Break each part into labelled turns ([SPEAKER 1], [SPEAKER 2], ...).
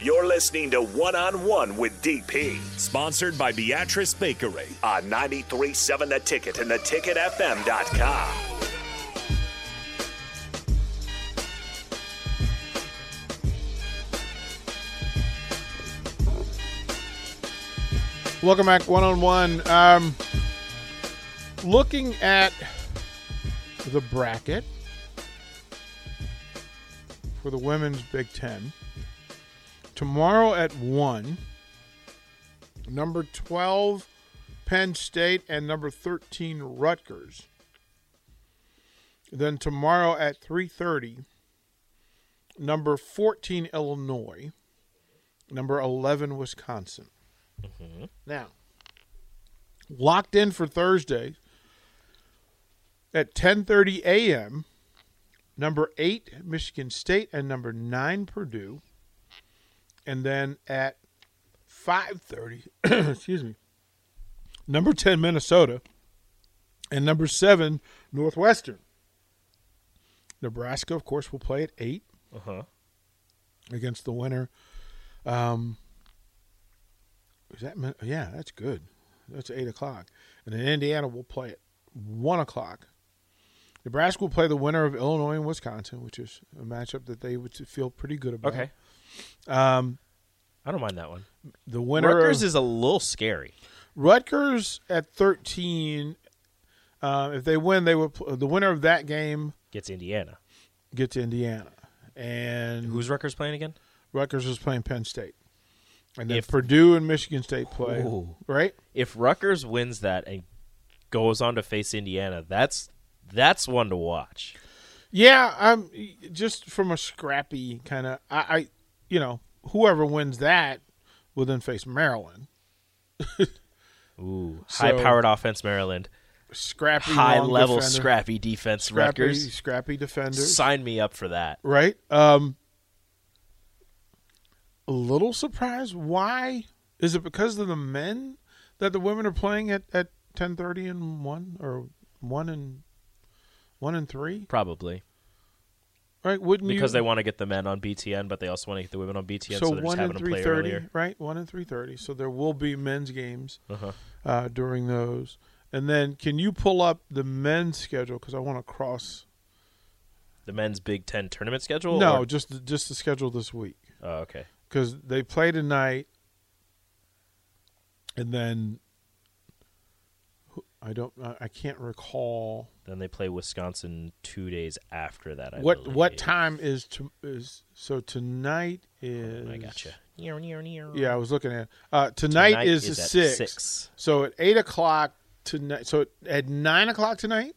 [SPEAKER 1] You're listening to One on One with DP, sponsored by Beatrice Bakery on 93.7 The Ticket and theticketfm.com.
[SPEAKER 2] Welcome back, one on one. Um, looking at the bracket for the women's Big Ten tomorrow at one. Number twelve, Penn State, and number thirteen, Rutgers. Then tomorrow at three thirty, number fourteen, Illinois, number eleven, Wisconsin. Now, locked in for Thursday at 10:30 a.m. Number eight, Michigan State, and number nine, Purdue. And then at 5:30, excuse me, number 10, Minnesota, and number seven, Northwestern. Nebraska, of course, will play at eight
[SPEAKER 3] Uh huh.
[SPEAKER 2] against the winner. Um, is that Min- yeah? That's good. That's eight o'clock, and then Indiana will play at one o'clock. Nebraska will play the winner of Illinois and Wisconsin, which is a matchup that they would feel pretty good about.
[SPEAKER 3] Okay.
[SPEAKER 2] Um,
[SPEAKER 3] I don't mind that one.
[SPEAKER 2] the winner
[SPEAKER 3] Rutgers
[SPEAKER 2] of,
[SPEAKER 3] is a little scary.
[SPEAKER 2] Rutgers at thirteen. Uh, if they win, they will. Pl- the winner of that game
[SPEAKER 3] Gets Indiana.
[SPEAKER 2] gets Indiana, and
[SPEAKER 3] Who's Rutgers playing again?
[SPEAKER 2] Rutgers is playing Penn State, and then
[SPEAKER 3] If-
[SPEAKER 2] Purdue and Michigan State play.
[SPEAKER 3] Ooh.
[SPEAKER 2] Right?
[SPEAKER 3] If Rutgers wins that and goes on to face Indiana, that's that's one to watch.
[SPEAKER 2] Yeah, I'm just from a scrappy kind of. I, I, you know, whoever wins that will then face Maryland.
[SPEAKER 3] Ooh,
[SPEAKER 2] So-
[SPEAKER 3] high-powered offense, Maryland.
[SPEAKER 2] Scrappy, long
[SPEAKER 3] High-level,
[SPEAKER 2] defender,
[SPEAKER 3] scrappy defense,
[SPEAKER 2] scrappy,
[SPEAKER 3] Rutgers.
[SPEAKER 2] scrappy defender.
[SPEAKER 3] Sign me up for that.
[SPEAKER 2] right? Um, a little surprised. Why is it because of the men that the women are playing at at ten thirty and one or one and one and three?
[SPEAKER 3] Probably
[SPEAKER 2] Right? Wouldn't
[SPEAKER 3] because
[SPEAKER 2] you?
[SPEAKER 3] they want to get the men on BTN, but they also want to get the women on BTN, so,
[SPEAKER 2] so
[SPEAKER 3] they're just
[SPEAKER 2] one
[SPEAKER 3] having
[SPEAKER 2] and
[SPEAKER 3] to
[SPEAKER 2] three
[SPEAKER 3] play
[SPEAKER 2] thirty,
[SPEAKER 3] earlier.
[SPEAKER 2] right? One and three thirty. So there will be men's games
[SPEAKER 3] Uh-huh.
[SPEAKER 2] uh, during those. And then, can you pull up the men's schedule? Because I want to cross.
[SPEAKER 3] The men's Big Ten tournament schedule.
[SPEAKER 2] no,
[SPEAKER 3] or-
[SPEAKER 2] just the, just the schedule this week
[SPEAKER 3] Oh, okay.
[SPEAKER 2] because they play tonight, and then who- I don't. I- I can't recall
[SPEAKER 3] Then they play Wisconsin two days after that. I
[SPEAKER 2] what what
[SPEAKER 3] believe.
[SPEAKER 2] time is to is. So tonight is.
[SPEAKER 3] I gotcha. Near, near, near.
[SPEAKER 2] Yeah, I was looking at uh, tonight, is the
[SPEAKER 3] at
[SPEAKER 2] six.
[SPEAKER 3] six.
[SPEAKER 2] So at eight o'clock tonight. So at nine o'clock tonight,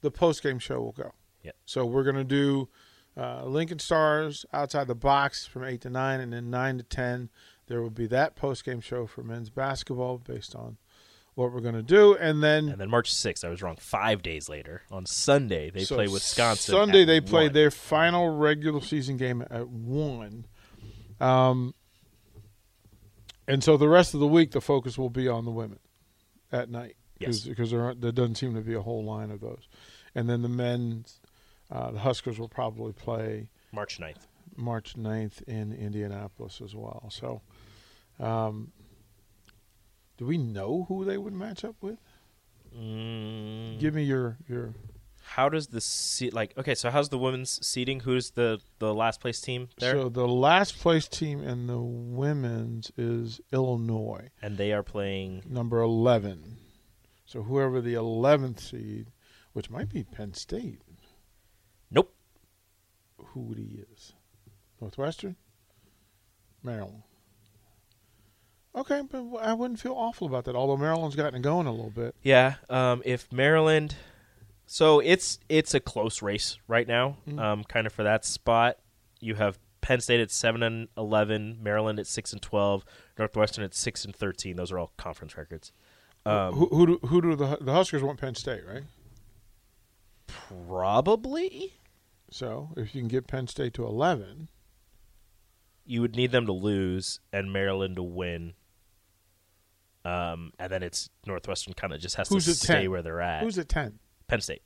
[SPEAKER 2] the post game show will go.
[SPEAKER 3] Yep.
[SPEAKER 2] So we're gonna do uh, Lincoln Stars outside the box from eight to nine, and then nine to ten there will be that post game show for men's basketball based on what we're gonna do, and then.
[SPEAKER 3] And then March 6th, I was wrong. Five days later, on Sunday, they
[SPEAKER 2] so
[SPEAKER 3] play Wisconsin.
[SPEAKER 2] Sunday
[SPEAKER 3] at
[SPEAKER 2] they play
[SPEAKER 3] one.
[SPEAKER 2] their final regular season game at one. Um, and so the rest of the week the focus will be on the women at night.
[SPEAKER 3] Yes.
[SPEAKER 2] Because there, aren't- there doesn't seem to be a whole line of those. And then the men, uh, the Huskers will probably play
[SPEAKER 3] March 9th.
[SPEAKER 2] March 9th in Indianapolis as well. So, um, do we know who they would match up with?
[SPEAKER 3] Mm,
[SPEAKER 2] Give me your, your
[SPEAKER 3] how does the seat like okay? So how's the women's seating? Who's the the last place team there?
[SPEAKER 2] So the last place team in the women's is Illinois,
[SPEAKER 3] and they are playing.
[SPEAKER 2] number eleven. So whoever the eleventh seed, which might be Penn State,
[SPEAKER 3] Nope.
[SPEAKER 2] who he is, Northwestern, Maryland. Okay, but I wouldn't feel awful about that. Although Maryland's gotten it going a little bit.
[SPEAKER 3] Yeah. Um, if Maryland, so it's it's a close race right now.
[SPEAKER 2] Mm-hmm.
[SPEAKER 3] Um, kind of for that spot, you have Penn State at seven and eleven, Maryland at six and twelve, Northwestern at six and thirteen. Those are all conference records. Um,
[SPEAKER 2] who, who do who do the the Huskers want Penn State, right?
[SPEAKER 3] Probably
[SPEAKER 2] So if you can get Penn State to eleven,
[SPEAKER 3] you would need them to lose and Maryland to win. Um, and then it's Northwestern kind of just has
[SPEAKER 2] Who's
[SPEAKER 3] to
[SPEAKER 2] at
[SPEAKER 3] stay
[SPEAKER 2] 10?
[SPEAKER 3] where they're at.
[SPEAKER 2] who's at ten?
[SPEAKER 3] Penn State.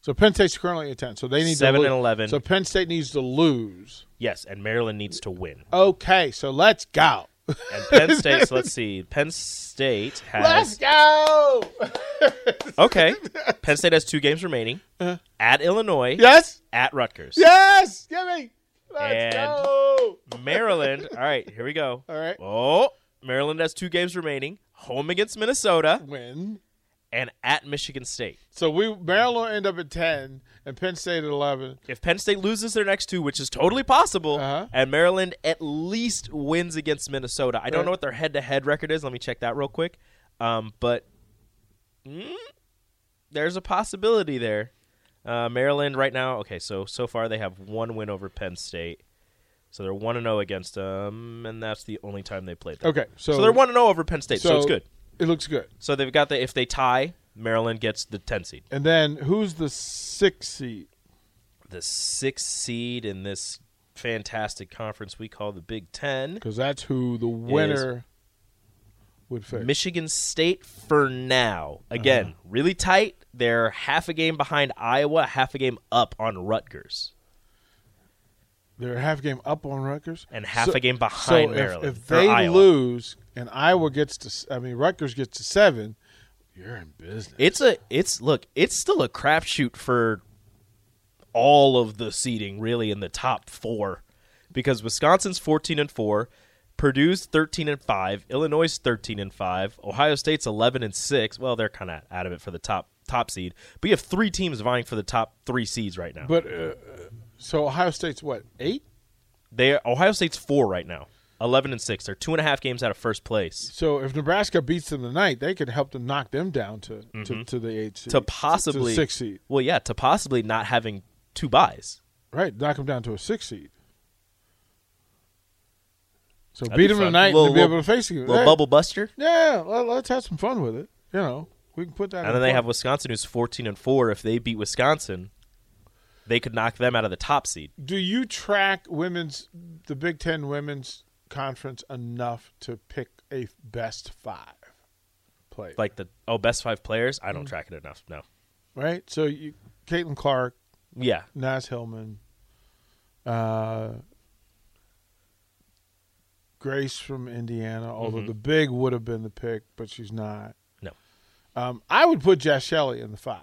[SPEAKER 2] So Penn State's currently at ten. So they need
[SPEAKER 3] Seven
[SPEAKER 2] to
[SPEAKER 3] and
[SPEAKER 2] lose.
[SPEAKER 3] 11.
[SPEAKER 2] So Penn State needs to lose.
[SPEAKER 3] Yes, and Maryland needs to win.
[SPEAKER 2] Okay, so let's go.
[SPEAKER 3] And Penn State, so let's see. Penn State
[SPEAKER 2] Let's
[SPEAKER 3] has
[SPEAKER 2] go.
[SPEAKER 3] Okay. Penn State has two games remaining.
[SPEAKER 2] Uh-huh.
[SPEAKER 3] At Illinois,
[SPEAKER 2] Yes,
[SPEAKER 3] at Rutgers.
[SPEAKER 2] yes, give me. Let's
[SPEAKER 3] And-
[SPEAKER 2] go.
[SPEAKER 3] Maryland. All right, here we go.
[SPEAKER 2] All right.
[SPEAKER 3] Oh, Maryland has two games remaining. Home against Minnesota
[SPEAKER 2] Win.
[SPEAKER 3] and at Michigan State.
[SPEAKER 2] So we Maryland will end up at ten and Penn State at eleven.
[SPEAKER 3] If Penn State loses their next two, which is totally possible,
[SPEAKER 2] Uh-huh.
[SPEAKER 3] and Maryland at least wins against Minnesota, I don't
[SPEAKER 2] Right.
[SPEAKER 3] know what their head-to-head record is. Let me check that real quick. Um, but mm, there's a possibility there. Uh, Maryland right now, okay, so so far they have one win over Penn State, so they're one and zero against them, and that's the only time they played them.
[SPEAKER 2] Okay, so,
[SPEAKER 3] so they're one and zero over Penn State, so, it's good.
[SPEAKER 2] It looks good.
[SPEAKER 3] So they've got the if they tie, Maryland gets the ten seed.
[SPEAKER 2] And then who's the sixth seed?
[SPEAKER 3] the sixth seed in this fantastic conference we call the Big Ten.
[SPEAKER 2] Because that's who the winner would face.
[SPEAKER 3] Michigan State for now. Again, really tight. They're half a game behind Iowa, half a game up on Rutgers,
[SPEAKER 2] They're a half game up on Rutgers
[SPEAKER 3] and half
[SPEAKER 2] So-
[SPEAKER 3] a game
[SPEAKER 2] So
[SPEAKER 3] behind
[SPEAKER 2] if,
[SPEAKER 3] Maryland.
[SPEAKER 2] if
[SPEAKER 3] or
[SPEAKER 2] they
[SPEAKER 3] Iowa.
[SPEAKER 2] lose and Iowa gets to, s- I mean Rutgers gets to seven, you're in business.
[SPEAKER 3] it's a it's look, it's still a crapshoot for all of the seeding really in the top four, because Wisconsin's fourteen and four. Purdue's thirteen and five, Illinois thirteen and five, Ohio State's eleven and six. Well, they're kind of out of it for the top top seed, but you have three teams vying for the top three seeds right now.
[SPEAKER 2] but uh, so Ohio State's what eight?
[SPEAKER 3] They Ohio State's four right now, eleven and six. They're two and a half games out of first place
[SPEAKER 2] So if Nebraska beats them tonight, they could help to knock them down to to, to the eight seed,
[SPEAKER 3] Mm-hmm. to possibly
[SPEAKER 2] to the six seed,
[SPEAKER 3] Well, yeah, to possibly not having two buys.
[SPEAKER 2] right? Knock them down to a six seed. So
[SPEAKER 3] That'd
[SPEAKER 2] beat
[SPEAKER 3] be
[SPEAKER 2] them
[SPEAKER 3] fun.
[SPEAKER 2] tonight and
[SPEAKER 3] Little-
[SPEAKER 2] they'll be
[SPEAKER 3] little-
[SPEAKER 2] able to face you.
[SPEAKER 3] Little
[SPEAKER 2] Hey,
[SPEAKER 3] bubble buster,
[SPEAKER 2] Yeah, let, us have some fun with it. You know, we can put that.
[SPEAKER 3] and
[SPEAKER 2] in
[SPEAKER 3] then they
[SPEAKER 2] play.
[SPEAKER 3] have Wisconsin, who's fourteen and four. If they beat Wisconsin, they could knock them out of the top seed.
[SPEAKER 2] Do you track women's the Big Ten women's conference enough to pick a best five player?
[SPEAKER 3] Like the oh, best five players. I don't
[SPEAKER 2] Mm.
[SPEAKER 3] track it enough. No,
[SPEAKER 2] right? So you, Caitlin Clark,
[SPEAKER 3] yeah,
[SPEAKER 2] Nas Hillman, uh, Grace from Indiana. Although the big would have been the pick, but she's not.
[SPEAKER 3] Mm-hmm. no.
[SPEAKER 2] Um, I would put Jess Shelley in the five.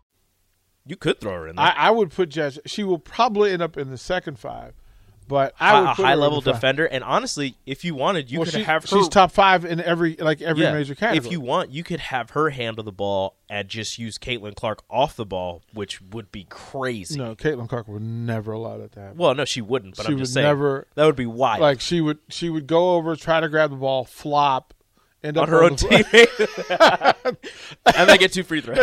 [SPEAKER 3] You could throw her in there.
[SPEAKER 2] I, I would put Jess. She will probably end up in the second five, but I
[SPEAKER 3] Hi-
[SPEAKER 2] would
[SPEAKER 3] a
[SPEAKER 2] put her
[SPEAKER 3] high
[SPEAKER 2] in the
[SPEAKER 3] level
[SPEAKER 2] five.
[SPEAKER 3] defender, and honestly, if you wanted, you
[SPEAKER 2] well,
[SPEAKER 3] could
[SPEAKER 2] she-
[SPEAKER 3] have her.
[SPEAKER 2] she's top five in every like every
[SPEAKER 3] Yeah.
[SPEAKER 2] major category.
[SPEAKER 3] If you want, you could have her handle the ball and just use Caitlin Clark off the ball, which would be crazy.
[SPEAKER 2] no, Caitlin Clark would never allow that to happen.
[SPEAKER 3] Well, no, she wouldn't. But
[SPEAKER 2] She
[SPEAKER 3] I'm just
[SPEAKER 2] would
[SPEAKER 3] saying
[SPEAKER 2] never-
[SPEAKER 3] that would be wild
[SPEAKER 2] like she would, she would go over, try to grab the ball, flop, end up
[SPEAKER 3] on her own
[SPEAKER 2] the-
[SPEAKER 3] teammate, and they get two free throws.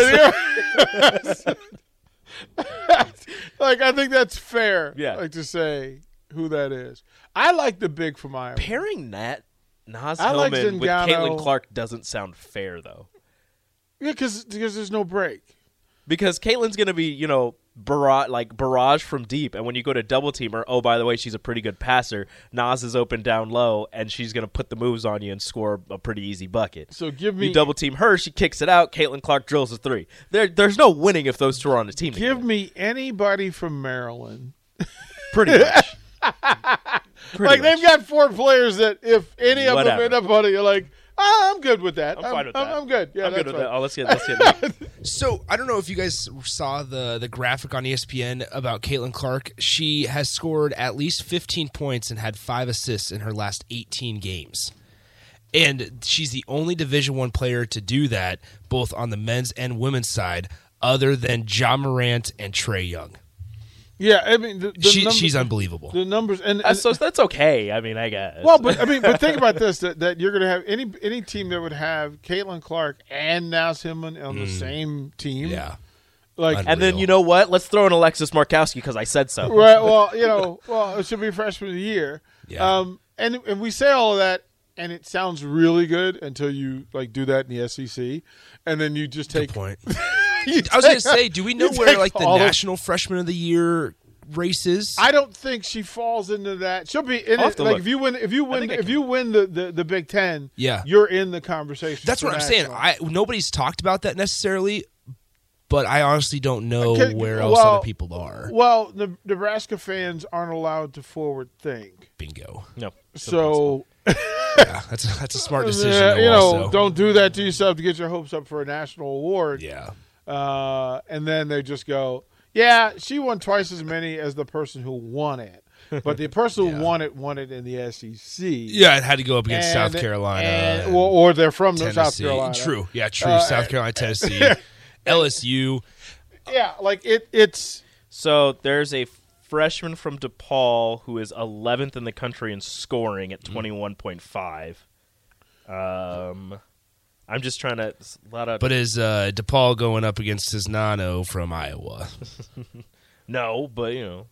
[SPEAKER 2] like I think that's fair.
[SPEAKER 3] Yeah.
[SPEAKER 2] like to say who that is. I like the big from Iowa.
[SPEAKER 3] Pairing that Nas
[SPEAKER 2] I like
[SPEAKER 3] Hillman with
[SPEAKER 2] Zingano.
[SPEAKER 3] Caitlin Clark doesn't sound fair, though.
[SPEAKER 2] Yeah, because there's no break.
[SPEAKER 3] because Caitlin's gonna be you know barrage like barrage from deep, and when you go to double team her, oh by the way, she's a pretty good passer. Nas is open down low, and she's gonna put the moves on you and score a pretty easy bucket.
[SPEAKER 2] So give
[SPEAKER 3] you
[SPEAKER 2] me-
[SPEAKER 3] double team her, she kicks it out. Caitlin Clark drills a three. There, there's no winning if those two are on the team.
[SPEAKER 2] Give
[SPEAKER 3] together.
[SPEAKER 2] me anybody from Maryland.
[SPEAKER 3] pretty much. Pretty
[SPEAKER 2] like
[SPEAKER 3] much.
[SPEAKER 2] they've got four players that if any of
[SPEAKER 3] Whatever.
[SPEAKER 2] them end up on it, you're like, ah, I'm good with that.
[SPEAKER 3] I'm, fine with that.
[SPEAKER 2] I'm, good. Yeah,
[SPEAKER 3] I'm
[SPEAKER 2] that's
[SPEAKER 3] good with
[SPEAKER 2] fine.
[SPEAKER 3] that. Oh, let's get let's get. that.
[SPEAKER 4] So I don't know if you guys saw the the graphic on E ESPN about Caitlin Clark. She has scored at least 15 points and had five assists in her last 18 games, and she's the only Division One player to do that, both on the men's and women's side, other than John Morant and Trey Young.
[SPEAKER 2] Yeah, I mean, the, the
[SPEAKER 4] She,
[SPEAKER 2] numbers,
[SPEAKER 4] she's unbelievable.
[SPEAKER 2] the numbers and,
[SPEAKER 3] Uh,
[SPEAKER 2] and
[SPEAKER 3] so that's okay. I mean, I guess.
[SPEAKER 2] well, but I mean, but think about this: that, that you're going to have any any team that would have Caitlin Clark and Nas Hillman on the same team.
[SPEAKER 4] Mm. yeah,
[SPEAKER 2] like
[SPEAKER 3] and then
[SPEAKER 4] Real.
[SPEAKER 3] you know what? Let's throw in Alexis Markowski because I said so.
[SPEAKER 2] right. Well, you know, well, it should be freshman of the year.
[SPEAKER 4] Yeah.
[SPEAKER 2] Um, and and we say all of that, and it sounds really good until you like do that in the SEC, and then you just take.
[SPEAKER 4] good point.
[SPEAKER 2] you
[SPEAKER 4] I was gonna
[SPEAKER 2] take-
[SPEAKER 4] say, do we know
[SPEAKER 2] you
[SPEAKER 4] where
[SPEAKER 2] take
[SPEAKER 4] like the
[SPEAKER 2] all of-
[SPEAKER 4] National Freshman of the Year races?
[SPEAKER 2] I don't think she falls into that. She'll be in
[SPEAKER 3] I'll have
[SPEAKER 2] it.
[SPEAKER 3] to
[SPEAKER 2] Like
[SPEAKER 3] look.
[SPEAKER 2] if you win, if you win,
[SPEAKER 3] think I
[SPEAKER 2] if
[SPEAKER 3] can-
[SPEAKER 2] you win the, the, the Big Ten,
[SPEAKER 4] Yeah.
[SPEAKER 2] you're in the conversation.
[SPEAKER 4] That's
[SPEAKER 2] for
[SPEAKER 4] what I'm saying.
[SPEAKER 2] national.
[SPEAKER 4] I nobody's talked about that necessarily, but I honestly don't know
[SPEAKER 2] Okay,
[SPEAKER 4] where else
[SPEAKER 2] well-
[SPEAKER 4] other people are.
[SPEAKER 2] Well, the Nebraska fans aren't allowed to forward think,
[SPEAKER 4] Bingo.
[SPEAKER 3] No.
[SPEAKER 2] so
[SPEAKER 4] Yeah, that's a, that's a smart decision.
[SPEAKER 2] uh,
[SPEAKER 4] though,
[SPEAKER 2] you know
[SPEAKER 4] also.
[SPEAKER 2] don't do that to yourself to get your hopes up for a national award.
[SPEAKER 4] Yeah,
[SPEAKER 2] uh, and then they just go, "Yeah, she won twice as many as the person who won it, but the person who won it won it in the SEC."
[SPEAKER 4] yeah. It had to go up against
[SPEAKER 2] And-
[SPEAKER 4] South Carolina,
[SPEAKER 2] and-
[SPEAKER 4] and
[SPEAKER 2] well, or they're from
[SPEAKER 4] Tennessee.
[SPEAKER 2] South Carolina. Uh,
[SPEAKER 4] True. Yeah, true. South Carolina, Tennessee, LSU.
[SPEAKER 2] Yeah, like it. It's
[SPEAKER 3] So there's a freshman from DePaul who is 11th in the country in scoring at 21.5. Um, I'm just trying to. it's A lot of
[SPEAKER 4] But is uh, DePaul going up against his nano from Iowa?
[SPEAKER 3] no, but you know,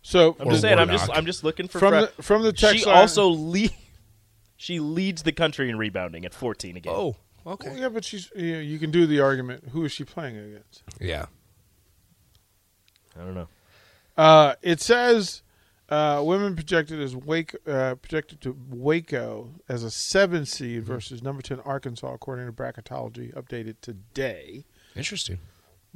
[SPEAKER 2] so
[SPEAKER 3] I'm just
[SPEAKER 4] Or
[SPEAKER 3] saying. I'm just
[SPEAKER 4] Warnock.
[SPEAKER 3] I'm just looking for
[SPEAKER 2] from
[SPEAKER 3] fre-
[SPEAKER 2] the, from the text
[SPEAKER 3] She
[SPEAKER 2] line-
[SPEAKER 3] also lead. She leads the country in rebounding at 14 again.
[SPEAKER 4] Oh,
[SPEAKER 2] Well,
[SPEAKER 4] okay.
[SPEAKER 2] yeah, but she's you, know, you can do the argument. Who is she playing against?
[SPEAKER 4] Yeah.
[SPEAKER 3] I don't know.
[SPEAKER 2] Uh, it says uh, women projected as Wake uh, projected to Waco as a seven seed
[SPEAKER 4] Mm-hmm.
[SPEAKER 2] versus number ten Arkansas, according to bracketology updated today,
[SPEAKER 4] Interesting.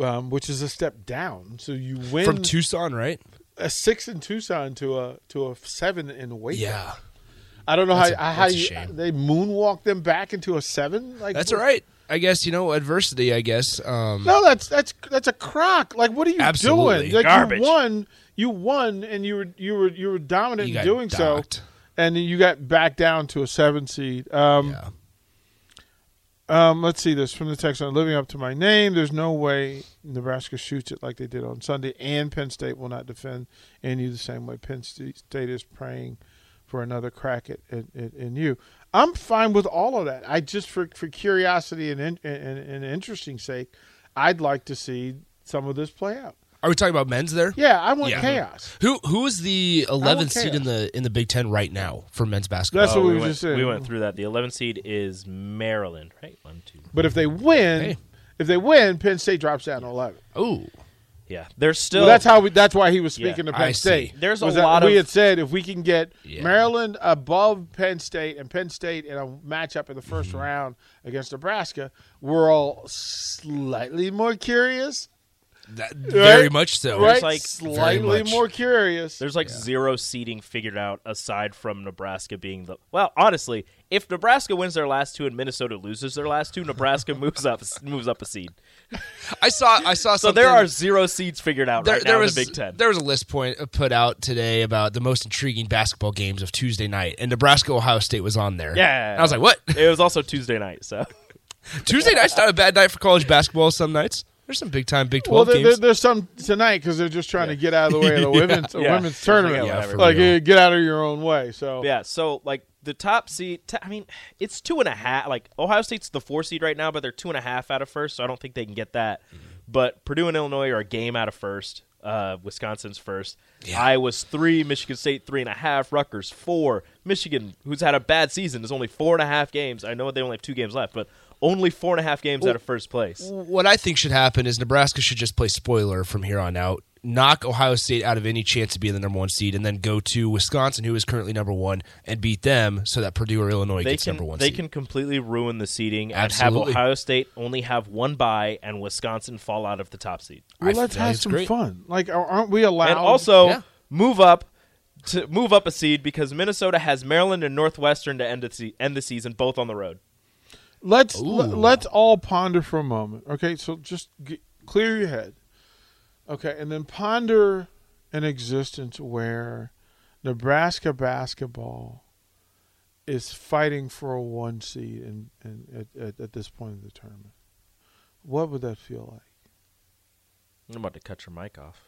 [SPEAKER 2] um, which is a step down. So you win
[SPEAKER 4] From Tucson, right?
[SPEAKER 2] a six in Tucson to a to a seven in Waco.
[SPEAKER 4] Yeah,
[SPEAKER 2] I don't know how
[SPEAKER 4] That's a-
[SPEAKER 2] how
[SPEAKER 4] that's a
[SPEAKER 2] you,
[SPEAKER 4] shame.
[SPEAKER 2] they moonwalk them back into a seven. Like
[SPEAKER 4] that's all right. I guess you know adversity. I guess. Um,
[SPEAKER 2] No, that's that's that's a crock. Like, what are you
[SPEAKER 4] Absolutely.
[SPEAKER 2] doing? Like,
[SPEAKER 3] Garbage.
[SPEAKER 2] you won, you won, and you were you were you were dominant
[SPEAKER 4] You
[SPEAKER 2] in
[SPEAKER 4] got
[SPEAKER 2] doing
[SPEAKER 4] docked.
[SPEAKER 2] so, and then you got back down to a seven seed. Um,
[SPEAKER 4] Yeah.
[SPEAKER 2] um, let's see this from the text line. Living up to my name, there's no way Nebraska shoots it like they did on Sunday, and Penn State will not defend NU the same way. Penn State State is praying for another crack at, at, at NU. I'm fine with all of that. I just for for curiosity and in, and, and interesting sake, I'd like to see some of this play out.
[SPEAKER 4] Are we talking about men's there?
[SPEAKER 2] Yeah, I want
[SPEAKER 4] Yeah.
[SPEAKER 2] chaos.
[SPEAKER 4] Who who is the 11th seed
[SPEAKER 2] chaos.
[SPEAKER 4] in the in the Big Ten right now for men's basketball?
[SPEAKER 2] That's
[SPEAKER 3] Oh,
[SPEAKER 2] what we,
[SPEAKER 3] we,
[SPEAKER 2] were
[SPEAKER 3] went,
[SPEAKER 2] just saying.
[SPEAKER 3] we went through that. The 11th seed is Maryland, right? One, two.
[SPEAKER 2] But if they win,
[SPEAKER 4] Hey.
[SPEAKER 2] if they win, Penn State drops down to eleven.
[SPEAKER 4] oh,
[SPEAKER 3] Yeah, they're still.
[SPEAKER 2] Well, that's how we, that's why he was speaking to
[SPEAKER 3] Yeah.
[SPEAKER 2] Penn
[SPEAKER 4] I see.
[SPEAKER 2] State.
[SPEAKER 3] There's a
[SPEAKER 2] was that
[SPEAKER 3] lot
[SPEAKER 2] we
[SPEAKER 3] of-
[SPEAKER 2] had said if we can get
[SPEAKER 4] Yeah.
[SPEAKER 2] Maryland above Penn State and Penn State in a matchup in the 1st
[SPEAKER 4] Mm-hmm.
[SPEAKER 2] round against Nebraska, we're all slightly more curious,
[SPEAKER 4] that, very
[SPEAKER 2] Right?
[SPEAKER 4] much so.
[SPEAKER 2] right?
[SPEAKER 3] like
[SPEAKER 4] very
[SPEAKER 2] slightly
[SPEAKER 4] much.
[SPEAKER 2] more curious.
[SPEAKER 3] There's like zero seeding figured out aside from Nebraska being the well. Honestly, if Nebraska wins their last two and Minnesota loses their last two, Nebraska moves up moves up a seed.
[SPEAKER 4] I saw I saw
[SPEAKER 3] So
[SPEAKER 4] something.
[SPEAKER 3] there are zero seeds figured out right now in
[SPEAKER 4] was
[SPEAKER 3] the Big Ten.
[SPEAKER 4] there was a list point uh, put out today about the most intriguing basketball games of Tuesday night, and Nebraska Ohio State was on there.
[SPEAKER 3] Yeah.
[SPEAKER 4] And I was like, what?
[SPEAKER 3] It was also Tuesday night, so
[SPEAKER 4] Tuesday night's not a bad night for college basketball. Some nights there's some big time Big
[SPEAKER 2] well,
[SPEAKER 4] Twelve
[SPEAKER 2] there, there-
[SPEAKER 4] games.
[SPEAKER 2] there's some tonight because they're just trying to get out of the way of the women's the
[SPEAKER 3] Yeah.
[SPEAKER 2] women's tournament.
[SPEAKER 3] Yeah,
[SPEAKER 4] for
[SPEAKER 2] like
[SPEAKER 4] real.
[SPEAKER 2] uh, get out of your own way. So
[SPEAKER 3] yeah. So like the top seed, t- I mean, it's two and a half. Like Ohio State's the four seed right now, but they're two and a half out of first, so I don't think they can get that. But Purdue and Illinois are a game out of first. Uh, Wisconsin's first. Iowa's three. Michigan State three and a half. Rutgers four. Michigan, who's had a bad season, is only four and a half games. I know they only have two games left, but only four and a half games out of first place.
[SPEAKER 4] What I think should happen is Nebraska should just play spoiler from here on out, knock Ohio State out of any chance of being the number one seed, and then go to Wisconsin, who is currently number one, and beat them so that Purdue or Illinois
[SPEAKER 3] They
[SPEAKER 4] gets
[SPEAKER 3] can
[SPEAKER 4] number one.
[SPEAKER 3] they
[SPEAKER 4] seed.
[SPEAKER 3] can completely ruin the seeding and
[SPEAKER 4] Absolutely.
[SPEAKER 3] have Ohio State only have one bye and Wisconsin fall out of the top seed.
[SPEAKER 2] Well,
[SPEAKER 4] I
[SPEAKER 2] let's
[SPEAKER 4] think
[SPEAKER 2] have
[SPEAKER 4] it's
[SPEAKER 2] some
[SPEAKER 4] great.
[SPEAKER 2] fun. Like, are- aren't we allowed?
[SPEAKER 3] and also
[SPEAKER 4] Yeah.
[SPEAKER 3] move up to move up a seed because Minnesota has Maryland and Northwestern to end the, se- end the season both on the road.
[SPEAKER 2] let's let, let's all ponder for a moment. Okay, so just g clear your head. Okay, and then ponder an existence where Nebraska basketball is fighting for a one seed in, in, at, at, at this point in the tournament. What would that feel like?
[SPEAKER 3] I'm about to cut your mic off.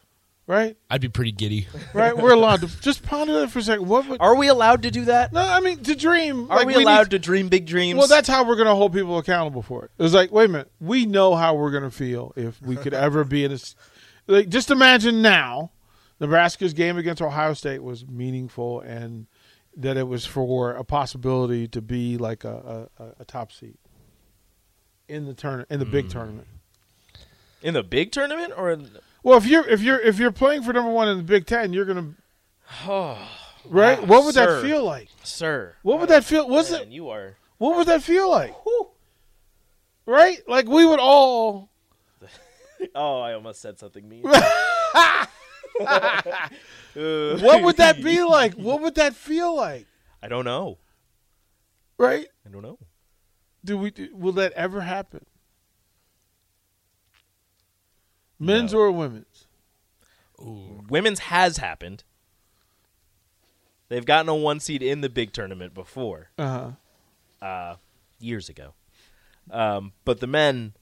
[SPEAKER 2] Right,
[SPEAKER 4] I'd be pretty giddy.
[SPEAKER 2] right. We're allowed to just ponder that for a second. What would?
[SPEAKER 3] Are we allowed to do that?
[SPEAKER 2] no, I mean to dream.
[SPEAKER 3] Are
[SPEAKER 2] like,
[SPEAKER 3] we
[SPEAKER 2] need
[SPEAKER 3] allowed
[SPEAKER 2] to-
[SPEAKER 3] to dream big dreams?
[SPEAKER 2] Well, that's how we're going to hold people accountable for it. It's like, wait a minute, we know how we're going to feel if we could ever be in a. s- Like, just imagine now, Nebraska's game against Ohio State was meaningful, and that it was for a possibility to be like a a, a- a top seed in the turn in the big tournament.
[SPEAKER 3] in the big tournament or in,
[SPEAKER 2] Well, if you're if you're if you're playing for number one in the Big Ten, you're going to. right? what would
[SPEAKER 3] sir.
[SPEAKER 2] that feel like?
[SPEAKER 3] sir.
[SPEAKER 2] What would that feel? Was
[SPEAKER 3] Man,
[SPEAKER 2] it?
[SPEAKER 3] you are
[SPEAKER 2] What would that feel like? Right? Like we would all
[SPEAKER 3] Oh, I almost said something mean.
[SPEAKER 2] what would that be like? What would that feel like?
[SPEAKER 3] I don't know.
[SPEAKER 2] Right?
[SPEAKER 3] I don't know.
[SPEAKER 2] Do we? Do, will that ever happen? Men's or women's?
[SPEAKER 3] Women's has happened. They've gotten a one seed in the big tournament before.
[SPEAKER 2] Uh huh.
[SPEAKER 3] years ago. Um, but the men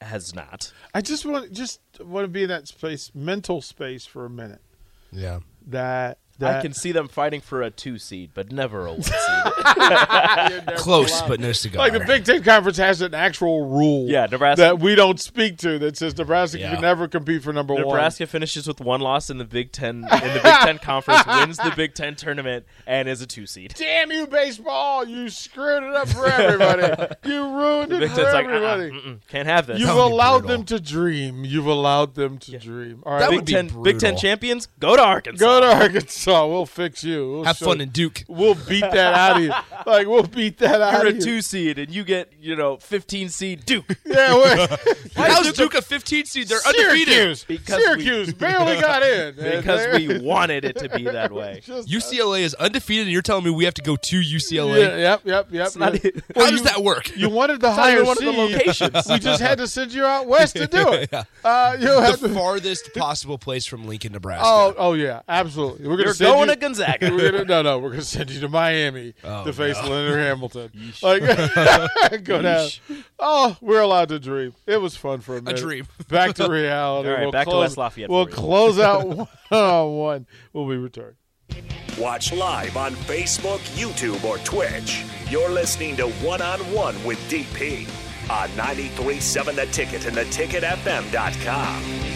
[SPEAKER 3] has not.
[SPEAKER 2] I just want just want to be in that space, mental space, for a minute.
[SPEAKER 4] yeah.
[SPEAKER 2] That that
[SPEAKER 3] I can see them fighting for a two seed, but never a one seed.
[SPEAKER 4] Close, but no cigar.
[SPEAKER 2] like the Big Ten conference has an actual rule.
[SPEAKER 3] Yeah, Nebraska-
[SPEAKER 2] that we don't speak to that says Nebraska
[SPEAKER 4] Yeah.
[SPEAKER 2] can never compete for number
[SPEAKER 3] Nebraska finishes with one loss in the Big Ten in the Big Ten conference, wins the Big Ten tournament, and is a two seed.
[SPEAKER 2] one. Damn you, baseball! You screwed it up for everybody. you ruined it
[SPEAKER 3] Big
[SPEAKER 2] for
[SPEAKER 3] Ten's like, uh-uh,
[SPEAKER 2] everybody.
[SPEAKER 3] mm-mm, can't have this.
[SPEAKER 2] You've
[SPEAKER 4] would be
[SPEAKER 2] allowed
[SPEAKER 4] mm, brutal.
[SPEAKER 2] them to dream. You've allowed them to dream. All right,
[SPEAKER 4] That
[SPEAKER 2] we-
[SPEAKER 4] would
[SPEAKER 3] Big Ten,
[SPEAKER 4] be
[SPEAKER 3] Big Ten
[SPEAKER 4] brutal.
[SPEAKER 3] champions, go to Arkansas.
[SPEAKER 2] Go to Arkansas. We'll fix you. We'll
[SPEAKER 4] Have
[SPEAKER 2] show
[SPEAKER 4] fun
[SPEAKER 2] you.
[SPEAKER 4] in Duke.
[SPEAKER 2] We'll beat that out of you. Like we'll beat that out
[SPEAKER 3] You're
[SPEAKER 2] of
[SPEAKER 3] a
[SPEAKER 2] you.
[SPEAKER 3] two seed, and you get you know 15 seed Duke
[SPEAKER 2] Yeah, we're-
[SPEAKER 4] How's Duke a 15 seed? They're undefeated.
[SPEAKER 2] Syracuse.
[SPEAKER 3] Because we-
[SPEAKER 2] Syracuse barely got in And
[SPEAKER 3] because
[SPEAKER 2] they're-
[SPEAKER 3] we wanted it to be that way.
[SPEAKER 2] Just,
[SPEAKER 4] UCLA is undefeated, and you're telling me we have to go to
[SPEAKER 2] yeah,
[SPEAKER 4] UCLA?
[SPEAKER 2] yep, yep, yep.
[SPEAKER 3] eh? not
[SPEAKER 2] yep.
[SPEAKER 3] even-
[SPEAKER 4] How
[SPEAKER 2] Well,
[SPEAKER 4] does
[SPEAKER 2] you-
[SPEAKER 4] that work?
[SPEAKER 2] You wanted the
[SPEAKER 3] not
[SPEAKER 2] higher
[SPEAKER 3] even one of the
[SPEAKER 2] seed.
[SPEAKER 3] locations.
[SPEAKER 2] we just had to send you out west to do it. Uh, you have
[SPEAKER 4] the
[SPEAKER 2] to.
[SPEAKER 4] farthest possible place from Lincoln, Nebraska.
[SPEAKER 2] Oh, oh yeah, absolutely. We're gonna
[SPEAKER 3] You're
[SPEAKER 2] send
[SPEAKER 3] going
[SPEAKER 2] you-
[SPEAKER 3] to Gonzaga. Oh,
[SPEAKER 2] We're gonna, no, no, we're gonna send you to Miami to face Leonard Hamilton. Like, go down. Oh, we're allowed to dream. It was fun for a minute.
[SPEAKER 4] dream.
[SPEAKER 2] Back to reality.
[SPEAKER 3] All right,
[SPEAKER 2] we'll
[SPEAKER 3] back to
[SPEAKER 2] close,
[SPEAKER 3] West Lafayette
[SPEAKER 2] We'll
[SPEAKER 3] for you.
[SPEAKER 2] close out one on one. We'll be returned.
[SPEAKER 1] Watch live on Facebook, YouTube, or Twitch. You're listening to One on One with DP on 937 The Ticket and theticketfm.com.